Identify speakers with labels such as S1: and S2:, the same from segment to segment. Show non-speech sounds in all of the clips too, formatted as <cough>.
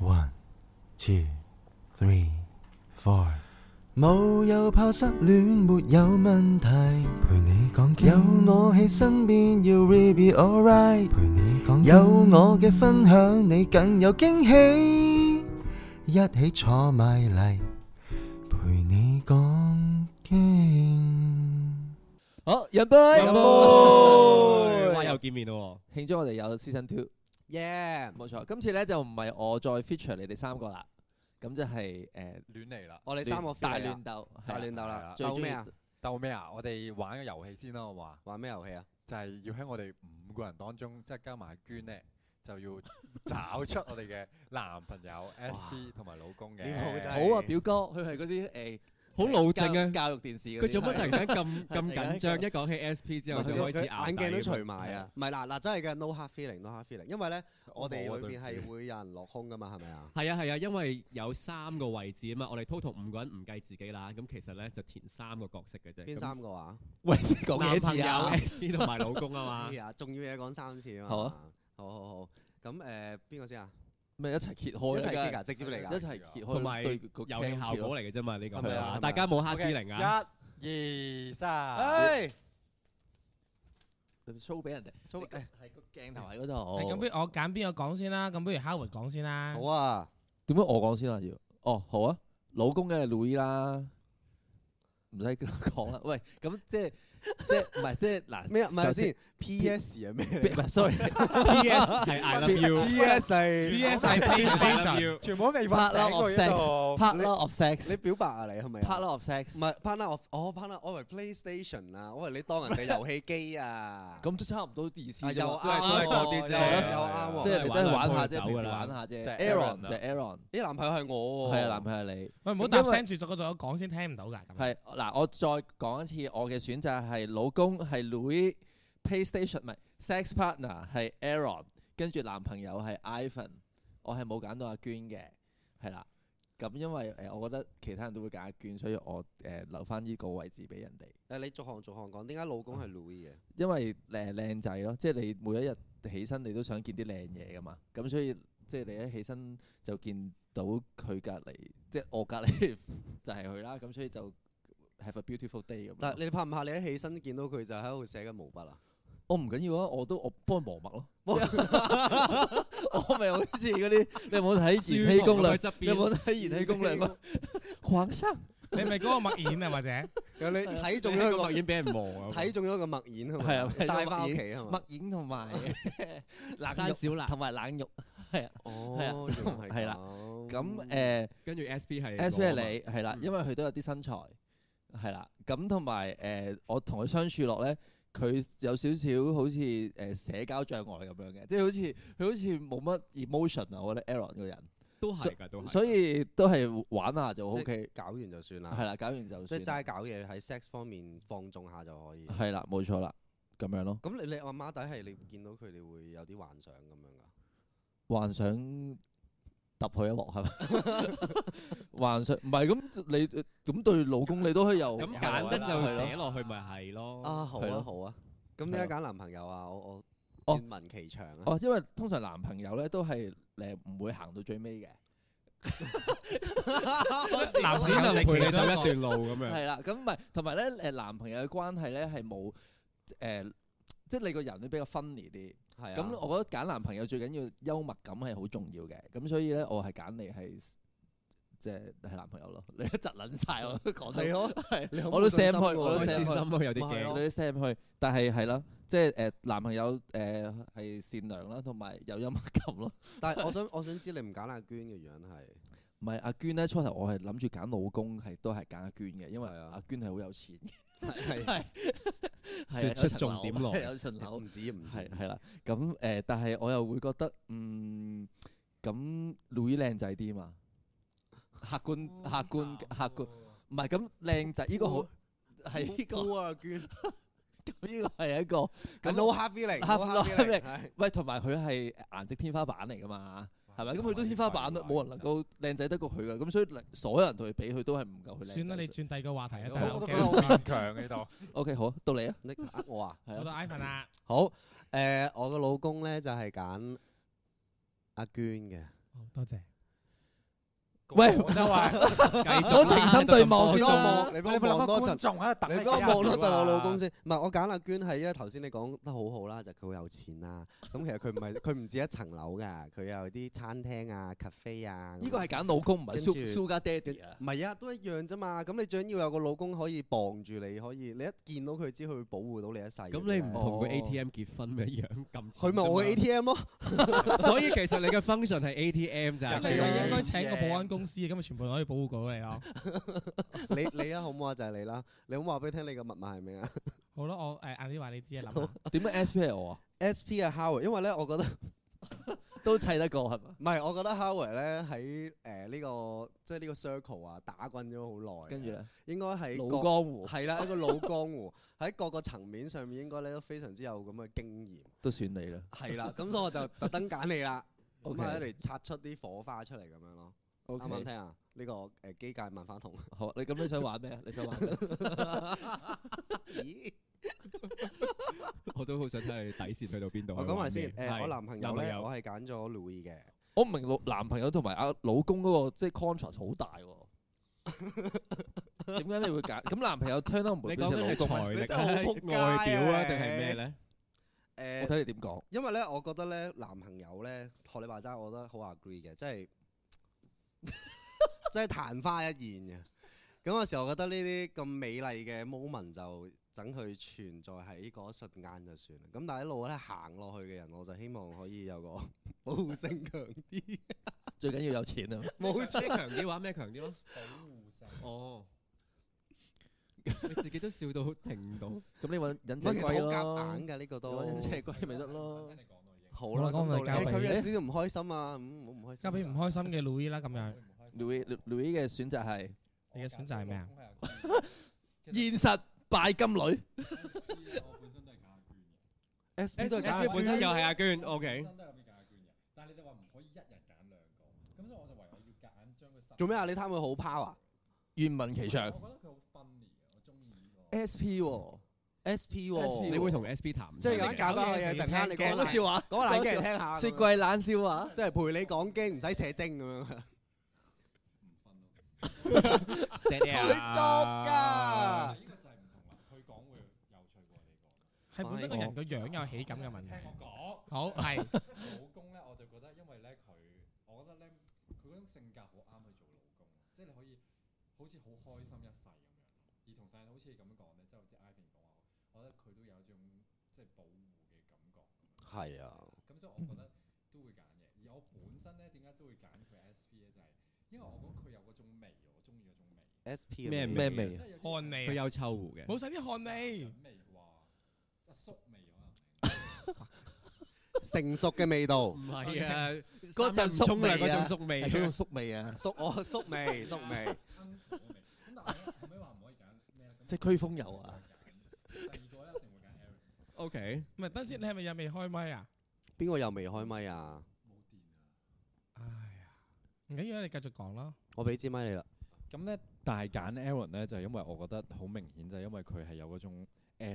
S1: One, two, three, four。
S2: 冇有怕失戀，沒有問題。
S1: 陪你講經，
S2: 有我喺身邊，要 really be alright。
S1: 陪你講經
S2: 有我嘅分享，你更有驚喜。一起坐埋嚟，
S1: 陪你講經。
S3: 好，飲杯，
S4: 飲杯，哇！又見面咯
S3: 慶祝我哋有 season two，
S4: ，yeah，
S3: 冇錯。今次咧就唔係我再 feature 你哋三個啦，咁即係誒
S4: <laughs>
S5: 亂嚟啦，
S4: 我哋三個
S3: 大
S4: feel 嚟啦
S3: 亂鬥，
S4: 大
S3: 係啦
S4: 亂鬥
S5: 係
S4: 啦
S5: 啦，
S3: 最
S4: 鬥
S3: 中意
S4: 咩啊？
S5: 鬥咩啊？我哋玩個遊戲先啦，好嘛？
S4: 玩咩遊戲啊？
S5: 就係要喺我哋五個人當中，即係加埋娟咧，就要找出我哋嘅男朋友 SP 同埋老公嘅。
S4: 你好真係
S3: 好啊，表哥，佢係嗰啲誒
S6: 好老正啊
S3: 教教育電視嗰啲
S6: 佢做乜突然間咁
S3: 突然
S6: 咁
S3: 間
S6: 緊張？一講起 SP 之後
S4: 佢
S6: 就
S4: 佢
S6: 開始咬
S4: 眼鏡
S6: 底
S4: 都
S6: 咁
S4: 除埋啊！！唔係嗱嗱，真係嘅，no hard feeling，no hard feeling。因為咧，我哋
S5: 啊
S4: 裏邊係會有人落空噶嘛，係咪啊？
S6: 係啊係啊，因為有三個位置啊嘛，我哋 total 五個人唔計自己啦，咁其實咧就填三個角色嘅啫。
S4: 邊
S6: 咁
S4: 三個啊？
S3: 喂，你講
S6: 男
S3: 嘢
S6: 朋
S3: 字
S6: 友
S3: 啊！
S6: SP <laughs> 同埋老公啊
S4: <laughs> 哎
S6: 嘛，
S4: 呀，重要嘢講三次啊嘛。
S3: 好啊
S4: 好，好好好。咁誒，邊個先啊？
S3: 咪一齊揭
S4: 一
S3: 開啦
S4: 齊
S3: 梗係
S4: kick 啊，直接嚟
S3: 一
S4: 㗎。
S3: 齊揭開，
S6: 同埋
S3: 對個
S6: 遊戲
S3: cam
S6: 效
S3: 揭咯
S6: 果嚟嘅啫嘛，呢個
S4: 係咪啊
S6: 係大家冇黑
S5: OK，
S6: feeling 啊！
S5: 一、二、三，
S4: 哎，
S3: 你 show 俾人哋，
S4: 做誒
S3: 係個鏡頭喺嗰
S7: 係咁，
S3: 度。
S7: 不如我揀邊個講先啦。咁不如 Howard 講先啦。
S4: 好啊。
S3: 點解我講先啊？要哦，好啊，老公嘅 Louis 啦，唔使 <laughs> 講啦。喂，咁即係即係唔係即係嗱
S4: 咩啊？唔係
S3: 首先
S4: 先，P.S. 係咩
S3: 唔係 sorry，
S6: PS 係 I love you，PS
S4: ？P.S. 係
S6: 係 I love you。
S5: 全部都未發醒
S3: 拍啦
S5: 喎呢度。
S3: partner of
S4: 你
S3: sex，partner
S4: 表白啊？你係咪啊？
S3: of
S4: 唔
S3: sex，
S4: 係 partner of，哦 partner，我以為 PlayStation 啊，我以為你當人哋遊戲機啊。
S3: <laughs> 咁都差唔多意思
S4: 啊
S3: 啫
S4: 又
S3: 嘛。
S4: 啱喎，
S6: 都係多啲啫
S4: 又啱
S3: 即
S4: 喎。
S3: 係你都係玩下
S6: 都係
S3: 啫，
S6: 玩兩鋪就走
S3: 平時
S6: 㗎啦
S3: 玩下啫。
S5: 即係
S3: Aaron
S5: Aaron 啊
S3: 就係 Aaron，
S4: 啲男朋友係我喎。
S3: 係啊，男朋友係你。
S7: 喂，唔好搭聲住，逐個逐個講先，聽唔到㗎。咁啊
S3: 係嗱，我再講一次，我嘅選擇係老公係 Louis PlayStation 唔係 sex partner 係 Aaron，跟住男朋友係 Ivan，我係冇揀到阿娟嘅，係啦。咁因為誒、呃我覺得其他人都會揀阿娟，所以我誒、呃留翻呢個位置俾人哋，
S4: 誒，你逐行逐行講，點解老公
S3: 嗯
S4: 係 Louis 嘅？
S3: 因為誒靚仔咯，即係你每一日起身你都想見啲靚嘢噶嘛，咁所以即係你一起身就見到佢隔離，即係我隔離 <laughs> 就係佢啦，咁所以就 have a beautiful day 咁樣。
S4: 但係你怕唔怕你一起身見到佢就喺度寫緊毛筆啊？
S3: 我唔緊要啊，我都我幫佢磨墨咯。 <laughs> 我咪好似嗰啲，你有冇睇《
S6: 書
S3: 延禧攻略
S6: 喺》？側
S3: 你有
S6: 邊，
S3: 冇睇《延禧攻略》啊嗎？狂生
S7: 你係咪嗰個默演啊，或者係
S4: 有你睇中
S6: 仲
S4: 咗一
S6: 有個
S4: 個
S6: 默演俾人磨啊！
S4: 睇中咗一個墨染係
S3: 係啊
S4: 咪？帶翻屋企係嘛
S3: 墨？影同 <laughs> 埋冷
S6: 生
S3: 肉，
S6: 小辣，
S3: 同埋冷肉。
S4: 哦，原來係
S3: 係啦
S4: 咁
S3: 咁呃誒
S6: 跟住 SP 係
S3: ，S P 係
S6: 我啊嘛
S3: 你係啦，因為佢都有啲身材係啦。咁同埋誒，我同佢相處落咧，佢有少少好似誒社交障礙咁樣嘅，即係好似佢好似冇乜 emotion 啊。我覺得 Aaron 個人，
S6: 都係㗎，都係。
S3: 所以都係玩下就 O K。
S4: 搞完就
S6: 啊
S4: 算
S3: 係
S4: 啦，
S3: 啦，搞完就
S4: 即
S3: 算
S4: 係。齋搞嘢喺 sex 方面放縱下就可以。
S3: 係啦，冇錯啦，咁樣咯。
S4: 咁你你阿媽底係你見到佢哋會有啲幻想咁樣㗎？
S3: 幻想揼佢一鑊係咪？
S6: <laughs>
S3: 幻想唔係咁，你咁對老公你都可以有
S6: 咁揀得
S3: 係
S6: 就
S3: 咯
S6: 寫落去咪哦係咯。
S4: 啊，好
S3: 係
S4: 啊，
S3: 咯
S4: 好啊。咁點解揀男朋友啊？我我
S3: 哦
S4: 願聞其詳啊。
S3: 哦，因為通常男朋友咧都係誒唔會行到最尾嘅，
S6: 只能陪你走一
S7: 男友直其中一個
S6: 段路咁樣。
S3: 係啦，咁唔係同埋咧誒男朋友嘅關係咧係冇誒，即係你個人都比較分裂啲。
S4: 係啊。
S3: 咁我覺得揀男朋友最緊要幽默感係好重要嘅，咁所以咧我係揀你係即係係男朋友咯， <laughs> 你一窒撚晒我都講到
S4: 係咯，你
S3: 係
S4: 好
S3: 我都
S4: 冇信
S3: sam
S4: 心
S3: 開，
S4: 喎
S3: 我都
S6: 開
S3: sam
S6: 始心
S3: 開。
S6: 啊，有啲
S4: 咪係
S6: 驚
S4: 咯。
S3: 女 Sam 去，但係係啦，即係誒、呃男朋友誒係、善良啦，同埋有幽默感咯。
S4: 但係我想我想知你唔揀阿娟嘅原因係
S3: 唔係阿娟咧，初頭我係諗住揀老公，係都係揀阿娟嘅，因為
S4: 係啊
S3: 阿娟係好有錢嘅，
S4: 係 <laughs>
S3: 係係啊
S6: 說
S3: 有
S6: 出
S3: 層
S6: 重
S3: 樓
S6: 點來
S3: 係 <laughs> 有層樓
S4: 唔止唔止
S3: 係係啦。咁誒、呃但係我又會覺得嗯，咁 Louis 靚仔啲嘛，客觀客觀客觀，唔係咁靚仔呢個哦好係呢個
S4: 好啊娟，
S3: 呢個係一個
S4: 咁 no hard feeling，no
S3: hard
S4: hard
S3: feeling
S4: feeling，係
S3: 喂，同埋佢係顏值天花板嚟噶嘛，哦係咪？咁佢都天花板啦，冇人能夠靚仔得過佢噶，咁所以所有人同佢比，佢都係唔夠佢靚仔。
S7: 算啦，你轉第二個話題啊。
S5: 我都覺
S7: 得
S5: 得好勉強 <laughs> 呢度。
S3: OK 好，到你啊，
S4: 你呃我啊？
S3: 係
S7: 我到
S3: 啊，
S7: iPhone 啦。
S4: 好誒，我個老公咧就係揀阿娟嘅。
S7: 好多謝。
S3: 喂
S5: 廣州啊，
S6: 繼續
S3: 我情深對
S6: 哦
S3: 望先做
S4: 你幫
S3: 夢
S4: 我望，你幫
S5: 你
S4: 我
S5: 冇
S4: 望
S5: 諗
S4: 多
S5: 多
S4: 陣
S5: 陣，。仲喺度等
S4: 你
S5: 你
S4: 幫我望多陣
S5: 就
S4: 我老公先。唔係，我揀阿娟係因為頭先你講得好好啦，就佢好有錢啦。咁其實佢唔 <laughs> 係佢唔止一層樓㗎，佢有啲餐廳啊、cafe 啊。
S3: 呢個係揀老公，唔係
S4: 跟
S3: su-
S4: 住
S3: Sugar Daddy 啊。
S4: 唔係啊，都一樣啫嘛。咁你最緊要有個老公可以傍住你，可以你一見到佢知佢會保護到你一世嘅啫。
S6: 咁你唔同
S3: 哦
S6: 佢 ATM 結婚嘅樣咁，
S4: 佢咪我嘅 ATM 咯？
S6: 所以其實你嘅 function 係 ATM 咋。
S7: 咁你就應該請個保安公司，咁咪全部可以保護到你咯。
S4: 你你啊，好唔好啊？就係你啦。你好唔好話俾我聽你嘅密碼係咩啊？
S7: 好啦，我誒晏啲話你知啊，諗下。
S3: 點解 SP 係我啊？
S4: SP 啊 Howard，因為咧，我覺得
S3: <laughs> 都砌得過係嘛？
S4: 唔係，我覺得 Howard 咧喺誒呢個即係呢個 circle 啊打滾咗好耐啊，
S3: 跟住咧，
S4: 應該係
S3: 老
S4: 各
S3: 江湖
S4: 係 <laughs> 啦，一個老江湖喺各個層面上面應該咧都非常之有咁嘅經驗，
S3: 都算你啦。
S4: 係啦，咁所以我 <laughs> 就特登揀你啦，咁啊
S3: OK
S4: 嚟擦出啲火花出嚟咁樣咯，
S3: O
S4: 啱唔啱
S3: K，
S4: 聽啊？呢個誒機界萬花筒，
S3: 好，你咁你想玩咩 <laughs> 啊？你想玩咩？
S4: 咦？
S6: 我都好想睇你底線去到邊度。
S4: 我講埋 <laughs> 先，誒
S6: 係
S4: 我男朋友咧，
S6: 男
S4: 我係揀咗 Louis 嘅，
S3: 我唔明老男朋友同埋阿老公嗰個即係 contrast 好大喎。點解你會揀？咁男朋友 turn on 唔
S6: 你
S3: 會變
S6: 講
S3: 成老公咩？
S4: 你
S6: 緊係財力
S4: 真係好仆街
S6: 啊、
S4: 啊
S6: 外表啊，
S4: 你
S6: 定係咩咧？
S4: 誒
S3: 我睇你點講。
S4: 因為咧，我覺得咧，男朋友咧，學你話齋，我覺得好 agree 嘅，即係 <laughs> 即係曇花一現嘅。咁有時候我覺得呢啲咁美麗嘅 moment 就等佢存在喺嗰一瞬間就算啦。咁但係一路咧行落去嘅人，我就希望可以有個 <laughs> 保護性強啲。
S3: 最緊要有錢啊！
S4: 冇
S6: 咩強啲話咩強啲咯？哦，你自己都笑到停
S4: <laughs>
S6: 唔到。
S3: 咁你揾忍者
S4: 乜其實好啊
S3: 龜
S4: 夾
S3: 咯
S4: 硬，㗎呢個
S3: 你
S4: 都
S3: 揾。忍者龜咪得咯。
S4: 好啦，
S7: 好啦
S4: 咁到
S7: 咁咪交
S4: 你
S7: 俾
S4: 佢
S7: 你
S4: 有少少唔開心啊，咁好唔開心。
S7: 交俾唔開心嘅 Louis 啦，咁樣
S3: Louis Louis 嘅選擇係
S7: 你嘅選擇
S4: <laughs>
S7: 係咩啊？
S3: 現實拜金女。
S5: 我本身都係揀阿娟嘅。
S4: S B 都係揀
S6: S
S4: 阿
S6: 本身
S4: 娟
S6: 又係阿娟
S5: 本
S6: ，OK。
S5: 身都有俾揀阿娟嘅，但係你哋話唔可以一人揀兩個，咁所以我就唯有要揀將佢
S4: 做咩啊？你貪佢好 power 啊
S3: 願聞其詳。
S5: 我覺得佢好 funny 嘅，我中意呢個。
S3: SP 喎，
S4: ？SP 喎，
S6: 你會同 SP 談
S4: 即係
S7: 有
S4: 有
S7: 得
S4: 得
S7: 搞
S4: 搞
S7: 搞
S4: 搞下
S7: 下
S4: 嘢，
S7: 嘢突
S4: 突然
S7: 然
S4: 間
S7: 間你
S4: 你
S7: 講
S4: 講
S3: 講
S4: 個
S3: 個笑話，
S4: 講個冷經嚟聽下，
S3: 雪櫃冷笑話。
S4: 即係陪你講經，唔使射精咁樣。
S6: 佢
S4: 佢作㗎，
S5: 呢個就係唔同啦，佢講會有趣過你講。
S7: 係本身個
S4: 哦
S7: 人個樣有喜感嘅問題
S5: 聽。我
S7: 好係
S5: 講老公咧，我就覺得因為咧佢，我覺得咧佢嗰種性格好啱去做老公，即係你可以好似好開心一世咁樣。而同但係好似你咁樣講咧，即係好似 Ivan 講話，我覺得佢都有一種即係保護嘅感覺。
S4: 係啊，
S5: 咁所以我覺得都會揀嘅。而我本身咧，點解都會揀佢 SP 咧，就係、因為我覺得佢有嗰種味，我中意嗰種味，
S4: SP
S6: 咩
S4: 咁樣
S3: 咩
S6: 味
S3: 味
S5: 即
S3: 啊？
S5: 係有啲
S7: 汗味啊，
S6: 有臭狐嘅，
S7: 冇晒啲汗味。
S5: 緊味話阿叔味可能。
S4: 成熟嘅味道
S6: 唔，係啊，
S3: 嗰陣
S6: 唔沖涼嗰種
S3: 宿
S6: 宿味
S3: 係。 <laughs> 嗰種宿味啊，
S4: 熟我熟味，熟味。
S5: 咁但係咧，後尾話唔可以揀咩咧？
S3: 即係驅風油啊！
S5: 第二個咧，一定會揀 Aaron。
S6: OK，
S7: 唔係，等先，你係咪又未開咪啊？
S4: 邊個又未開咪啊？
S5: 冇電啊！
S7: 哎呀，唔緊要啊啦，你繼續講啦。
S4: 我俾支咪你啦。
S5: 咁咧，但係揀 Aaron 咧，就係因為我覺得好明顯，就係因為佢係有嗰種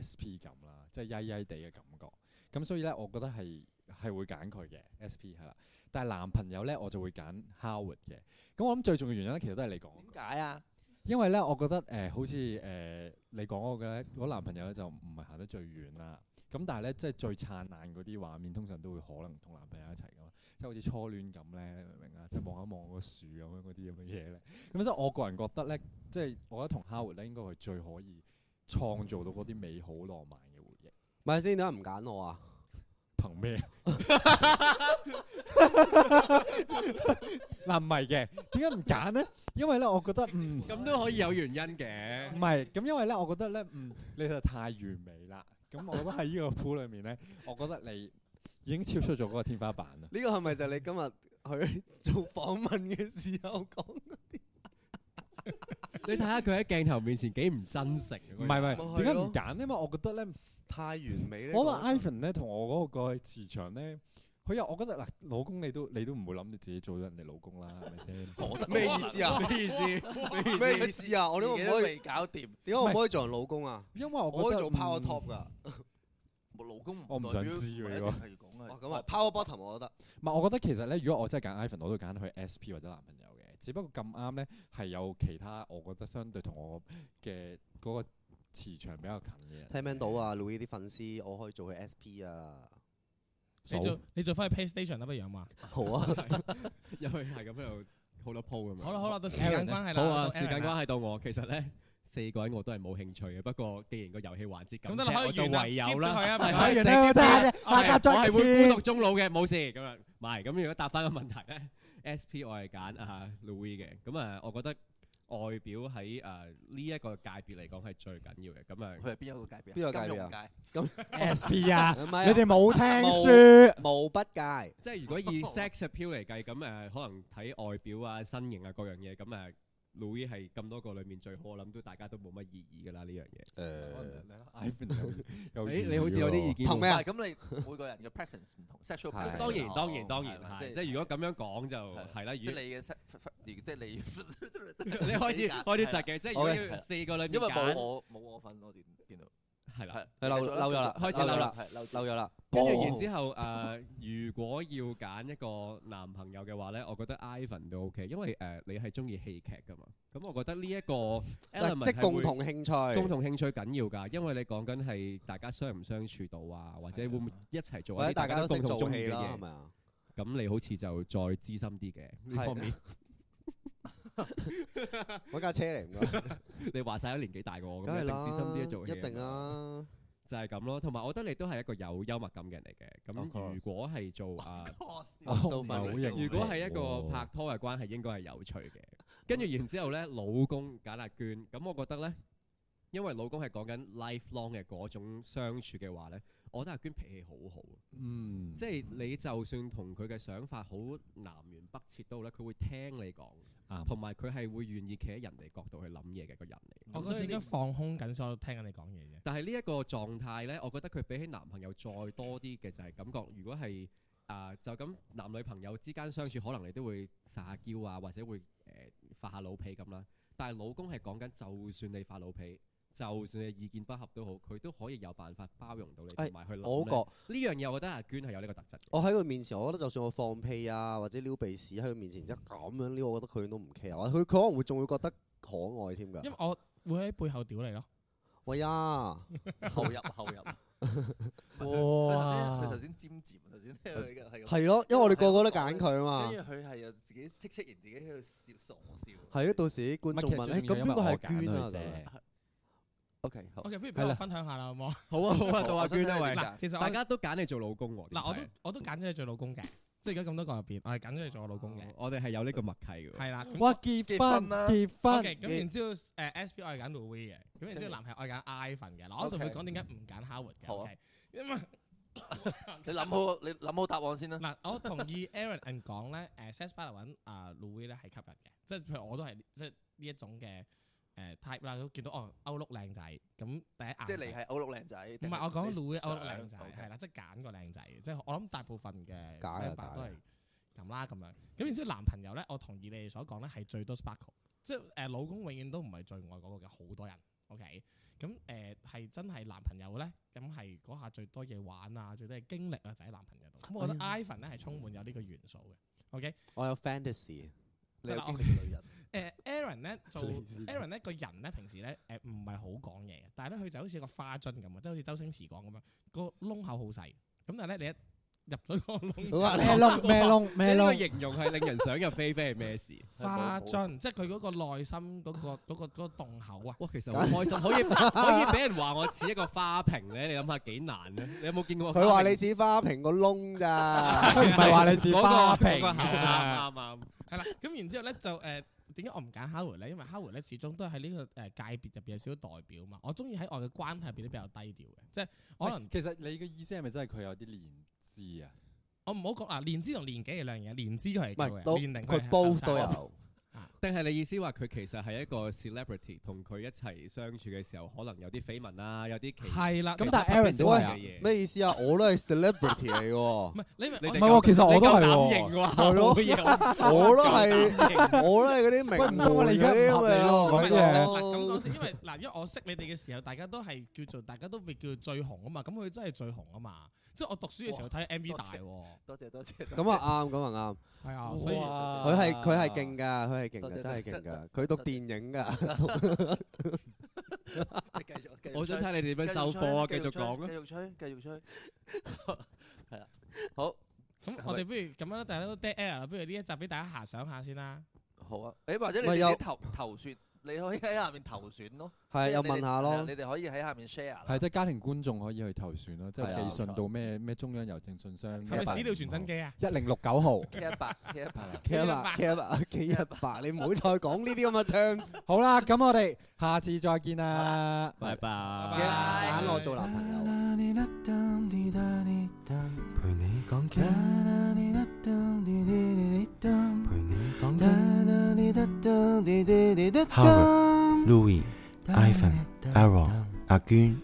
S5: SP 感啦，即係曳曳地嘅感覺。咁所以咧，我覺得係係會揀佢嘅 SP 係啦。但係男朋友咧，我就會揀 Howard 嘅。咁我諗最重要原因咧，其實都係你講嗰個。
S3: 點解啊？
S5: 因為咧，我覺得誒、呃好似誒、呃你講我嘅咧，嗰男朋友咧就唔係行得最遠啦。咁但係咧，即係最燦爛嗰啲畫面，通常都會可能同男朋友一齊噶嘛，即係好似初戀咁咧，你明唔明啊？即係望一望個樹咁樣嗰啲咁嘅嘢咧。咁所以我個人覺得咧，即係我覺得同 Howard 咧應該係最可以創造到嗰啲美好浪漫嘅回憶。
S4: 咪先，點解唔揀我啊？
S5: 憑咩？啊嗱唔係嘅，點解唔揀咧？因為咧，我覺得嗯。
S6: 咁都可以有原因嘅
S5: 唔。係，咁因為咧，我覺得咧，嗯，你就太完美啦。咁我覺得喺呢個 pool 裏面 <laughs> 咧，我覺得你已經超出咗嗰個天花板啦。
S4: 呢個係咪就係你今日去做訪問嘅時候講？
S6: 你睇下佢喺鏡頭面前幾唔真誠。
S5: 唔係唔
S4: 咪
S5: 係，
S4: 係
S5: 點解唔
S4: 咯
S5: 揀咧？因為我覺得咧，
S4: 太完美咧。
S5: 我覺得 Ivan 咧同我嗰個磁場咧，佢又我覺得嗱，老公你都你都唔會諗你自己做咗人哋老公啦，係 <laughs> 咪先？
S4: 咩意思啊？
S6: 咩意思？
S4: 咩意思啊？我點解唔可以？
S3: 搞掂，
S4: 點解我唔可以做人老公啊？
S5: 因為
S4: 我
S5: 我
S4: 可
S5: 覺
S4: 以
S5: 得
S4: 做 power
S5: 嗯
S4: top 㗎。
S3: 老公
S5: 我唔想知喎呢個
S3: 個
S4: 哦，咁啊，power bottom 我覺得。
S5: 唔係，我覺得其實咧，如果我真係揀 Ivan，我都揀佢 SP 或者男朋友嘅，只不過咁啱咧係有其他，我覺得相對同我嘅嗰個磁場比較近嘅人。
S4: 聽唔聽到啊？Louis 啲粉絲，我可以做佢 SP 啊！
S7: 你做你做翻去 PlayStation 啦，不如好嘛？
S4: 好啊，
S6: <laughs> 又係係咁樣，好多鋪咁樣。
S7: 好啦好啦，到時間
S6: Aaron
S7: 關係啦，
S6: 好啊，
S7: 到
S6: 時間
S7: Aaron 啦
S6: 關係到我，其實咧 <laughs> 四個人我都係冇興趣嘅。不過既然個遊戲環節
S7: 咁
S6: 咁
S7: 得啦，
S6: 啫，
S7: 可
S6: 我
S7: 以
S6: 就
S7: 完啦
S6: 唯有啦。
S7: skip 咗佢啊，唔該。
S6: 係係我係我係會孤獨終老嘅，冇事咁樣。唔係咁，如果答翻個問題咧，SP 我係揀啊 Louis 嘅。咁啊，我覺得外表喺誒啊呢一個界別嚟講係最緊要嘅。咁啊，
S7: <laughs>
S3: 佢係邊一個界別啊？
S4: 邊個界別啊
S3: 金融界。
S2: SP 啊，
S4: <laughs> 唔係
S2: 你
S4: 啊
S2: 哋冇聽
S4: 冇
S2: 書，
S4: 毛筆界
S6: 即係如果以 sex appeal 嚟計，咁誒、啊可能睇外表啊、身形啊各樣嘢，咁誒 Louis 係咁多個裡面最好，我諗都大家都冇乜異議㗎啦呢樣
S4: 誒，
S6: 嘢。
S5: Ivan 有
S6: 誒、
S5: 有
S6: 你好似有啲意
S5: 見
S6: 見
S4: 憑咩
S6: 喎。
S4: 咩啊？
S3: 但係咁你每個人嘅 preference 唔同，sexual
S4: 係哦
S3: preference
S6: 當然
S3: 唔同
S6: 當然當然
S3: 係
S6: 係，
S3: 咪
S6: 即係如果咁樣講就係啦。
S3: 即係
S6: 如
S3: 你
S6: 果
S3: 嘅 sex- 即係你
S4: <laughs>
S6: 你開始開始窒嘅，即係如果
S3: 好
S6: 要
S3: 嘅
S6: 四個裡面
S3: 因為冇
S6: 揀，
S3: 我冇我份咯，電電腦
S6: 係啦。
S4: 係漏漏咗啦，
S6: 開始
S4: 漏
S6: 漏
S4: 咗
S6: 啦
S4: 啦，漏咗啦，
S6: 跟住
S4: 嘣
S6: 然之後誒，如果要揀一個男朋友嘅話咧，我覺得 Ivan 都 OK，因為誒你係中意戲劇㗎嘛。咁我覺得呢
S4: <laughs>
S6: 一個 element
S4: 即
S6: 係
S4: 係共
S6: 會
S4: 同興趣，
S6: 共同興趣緊要㗎，因為你講緊係大家相唔相處到啊，或者會唔會一齊做
S4: 或
S6: 一
S4: 者
S6: 啲
S4: 大家都
S6: 共
S4: 識
S6: 同
S4: 做
S6: 中意
S4: 戲
S6: 嘅
S4: 啦，係
S6: 嘢？
S4: 咪啊？
S6: 咁你好似就再資深啲嘅呢
S4: 係
S6: 方面， <laughs>
S4: 揾架車 <laughs> 嚟唔該，
S6: 你話晒都年紀大過我，
S4: 梗
S6: 咁
S4: 係
S6: 一定資深啲
S4: 啦，
S6: 做戲。
S4: 一定！啊，
S6: 就係咁咯，同埋我覺得你都係一個有幽默感嘅人嚟嘅。咁
S4: Of course
S6: 如果係做
S3: <laughs>
S4: <laughs>
S6: 啊，
S5: 我唔係好認
S6: 如果係一個
S5: 哦
S6: 拍拖嘅關係，應該係有趣嘅。
S4: 哦
S6: 跟住然之後咧，老公揀阿娟，咁我覺得咧，因為老公係講緊 lifelong 嘅嗰種相處嘅話咧，我覺得阿娟脾氣好好。
S5: 嗯，
S6: 即係你就算同佢嘅想法好南轅北轍都好咧，佢會聽你講，
S5: 啱
S6: 同埋佢係會願意企喺人哋角度去諗嘢嘅一個人嚟。
S7: 我
S6: 咁
S7: 嗰
S6: 所
S7: 時
S6: 以
S7: 應該
S6: 呢
S7: 放空緊，所以我聽緊你講嘢啫。
S6: 但係呢一個狀態咧，我覺得佢比起男朋友再多啲嘅就係感覺，如果係啊、就咁男女朋友之間相處，可能你都會撒下嬌啊，或者會誒、呃發下老脾咁啦。但係老公係講緊，就算你發老脾，就算你意見不合都好，佢都可以有辦法包容到你，
S4: 哎
S6: 同埋去諗呢。
S4: 我覺。
S6: 呢樣嘢，我覺得阿娟係有呢個特質嘅。
S4: 我喺佢面前，我覺得就算我放屁啊，或者撩鼻屎喺佢面前，即係咁樣撩，我覺得佢都唔 care，或者佢佢可能會仲會覺得可愛添
S7: 因為
S4: 㗎。
S7: 我會喺背後屌你咯。
S4: 喂呀，
S3: 後入後入。
S2: 哇
S3: 佢頭先尖尖，頭先聽佢係咁。
S4: 係咯，因為我哋個個都揀佢啊嘛。
S3: 跟住佢係又自己戚戚然，自己喺度笑傻笑。
S4: 係啊，到時啲
S5: 唔
S4: 觀
S5: 係
S4: 眾
S5: 其實
S4: 問：誒
S5: 最重
S4: 咁
S5: 要因為
S4: 邊個
S5: 我
S4: 係
S5: 揀
S4: 娟啊
S5: 佢？啫
S3: OK，好。
S7: OK，不如俾我分享下啦，好唔好？
S6: <laughs> 好啊好啊，到阿娟啦
S3: 我想聽
S6: 喂
S3: 你，
S7: 嗱，其實
S6: 大
S7: 我
S6: 家都揀你做老公喎。
S7: 嗱，我都
S6: 點解
S7: 我都揀咗你做老公嘅，即係而家咁多個入邊，我係揀咗你做我老公嘅，
S6: 我哋係有呢個默契嘅喎。
S7: 係啦。咁
S2: 哇結
S3: 結
S2: 婚
S3: 婚啦
S2: 結
S7: O
S2: 婚
S7: K，咁然之後誒 S P 我係揀 Louis 嘅，咁然之後男係我係揀 Ivan 嘅，嗱我就會
S3: OK
S7: 講點解唔揀 Howard 嘅
S3: 好啊
S7: ，OK，因為
S3: 你諗好，你諗好答案先啦。
S7: 嗱我同意 Aaron 講咧， <laughs> 誒 s e s p a 揾啊 Louis 咧係吸引嘅，即係譬如我都係即係呢一種嘅誒 type 啦，都見到哦歐陸靚仔，咁第一眼
S3: 即係你係歐陸靚仔。
S7: 唔
S3: 唔
S7: 係我講 Louis 歐陸靚仔係啦，即係揀個靚仔嘅，即係我諗大部分嘅
S4: 假啊
S7: member
S4: 假啊
S7: 都係咁啦咁樣。咁然之後男朋友咧，我同意你哋所講咧係最多 sparkle，即係誒老公永遠都唔係最愛嗰個嘅，好多人 OK。咁誒係真係男朋友咧，咁係嗰下最多嘢玩啊，最多嘅經歷啊，就喺男朋友度。咁我覺得
S4: 哎
S7: Ivan 咧係充滿有呢個元素嘅。OK，
S4: 我有 fantasy，
S3: 你有邊個女人？
S7: 誒呃 Aaron 咧做
S4: 你先
S7: Aaron 咧個人咧平時咧誒唔係好講嘢嘅，但係咧佢就好似個花樽咁啊，即係好似周星馳講咁樣，個窿口好細。咁但係咧你一入咗個 <laughs>
S6: <laughs>
S7: 窿，
S4: 好啊
S2: 咩窿咩窿咩
S6: 呢個
S2: 窿，
S6: 形容係令人想入非非係咩事？
S7: 花樽，即係佢嗰個內心嗰、個嗰、個嗰、個洞口啊！
S6: 哇，其實好開心，可 <laughs> 以可以俾人話我似一個花瓶咧，你諗下幾難 <laughs> 咧？你有冇見過？
S4: 佢話你似花瓶個窿咋？
S2: 佢唔係話你似
S6: 嗰個
S2: 花
S6: 嗰個
S2: 瓶
S6: 口
S2: 啊，
S6: 啱啱啱。
S7: 係啦，咁然之後咧就誒點解我唔揀 Howard 咧？因為 Howard 咧始終都係喺呢個誒界別入邊有少少代表嘛。我中意喺我嘅關係入邊都比較低調嘅，即係可能
S5: 其實你嘅意思係咪真係佢有啲年資啊？
S7: 我唔好講嗱，年資同年紀係兩樣嘢，年資佢係
S4: 唔係
S7: 高嘅
S4: 老
S7: 年齡
S4: 佢
S7: 係
S4: both
S7: 後生
S4: 都有。
S6: 定係你意思話佢其實係一個 celebrity，同佢一齊相處嘅時候，可能有啲緋聞啊，有啲奇
S7: 係啦，
S5: 咁
S7: 咁
S5: 但係 Aaron 都
S6: 都
S5: 係啊
S6: 嘅，嘢。
S4: 咩意思啊？我都係 celebrity 嚟喎
S7: 唔，係你
S5: 唔
S7: 咪
S5: 係
S7: 我
S5: 喎，其實我都係
S6: 型
S5: 喎。
S6: 喎，
S4: 係咯
S6: 冇嘢我
S4: 我都係，我都係嗰啲名門
S5: 喂唔好啊你
S4: 嗰
S5: 而家唔
S4: 啲
S5: 合理
S4: 咪
S5: 咯
S4: 咯，
S5: 講
S7: 嗱
S5: 嘢
S7: 嗱咁講
S4: 咁
S7: 先，因為嗱，因為我識你哋嘅時候，大家都係叫做大家都被叫做最紅啊嘛，咁佢真係最紅啊嘛，即係我讀書嘅時候睇 MV
S3: 多謝
S7: 大喎，
S3: 多謝 <laughs>
S6: <laughs>
S3: 多謝。
S4: 咁啊啱，咁啊
S7: 係啊
S5: 哇
S7: 所以
S4: 啱。佢係佢係勁㗎，佢係勁
S3: 多謝
S4: 㗎，真係
S3: 多謝
S4: 勁㗎。佢讀電影㗎，
S3: 你繼續，繼續
S6: 我想
S3: 吹
S6: 睇你哋點樣收貨啊！繼續講啊！
S3: 繼續吹，繼續吹，係啦，好，
S7: 咁我哋不如咁樣啦，大家都 dead air 啦，不如呢一集俾大家遐想下先啦。
S3: 好啊，誒或者你
S4: 咪有
S3: 哋投投選，你可以喺下面投選咯，
S4: 係
S3: 即係
S4: 又
S3: 你哋
S4: 問下
S3: 係啊
S4: 咯
S3: 你。哋可以喺下面 share 啦
S5: 係即係家庭觀眾可以去投選咯，即
S4: 係
S5: 係
S4: 啊
S5: 寄信到咩咩中央郵政信箱
S7: 係咪屎尿傳
S5: Ờ.
S7: 真機啊？
S5: 一零六九號。
S3: ，K 一百，K 一百，
S4: K 一百，K 一百，K 一百，你唔好再講呢啲咁嘅 terms。
S5: 好啦，咁我哋下次再見啦，
S6: 拜
S7: 拜拜
S6: 拜。
S4: 揀我做男朋友。
S1: 陪你講經，陪你講經。
S2: Howard,
S1: Howard, Louis、Ivan、Aaron、阿娟、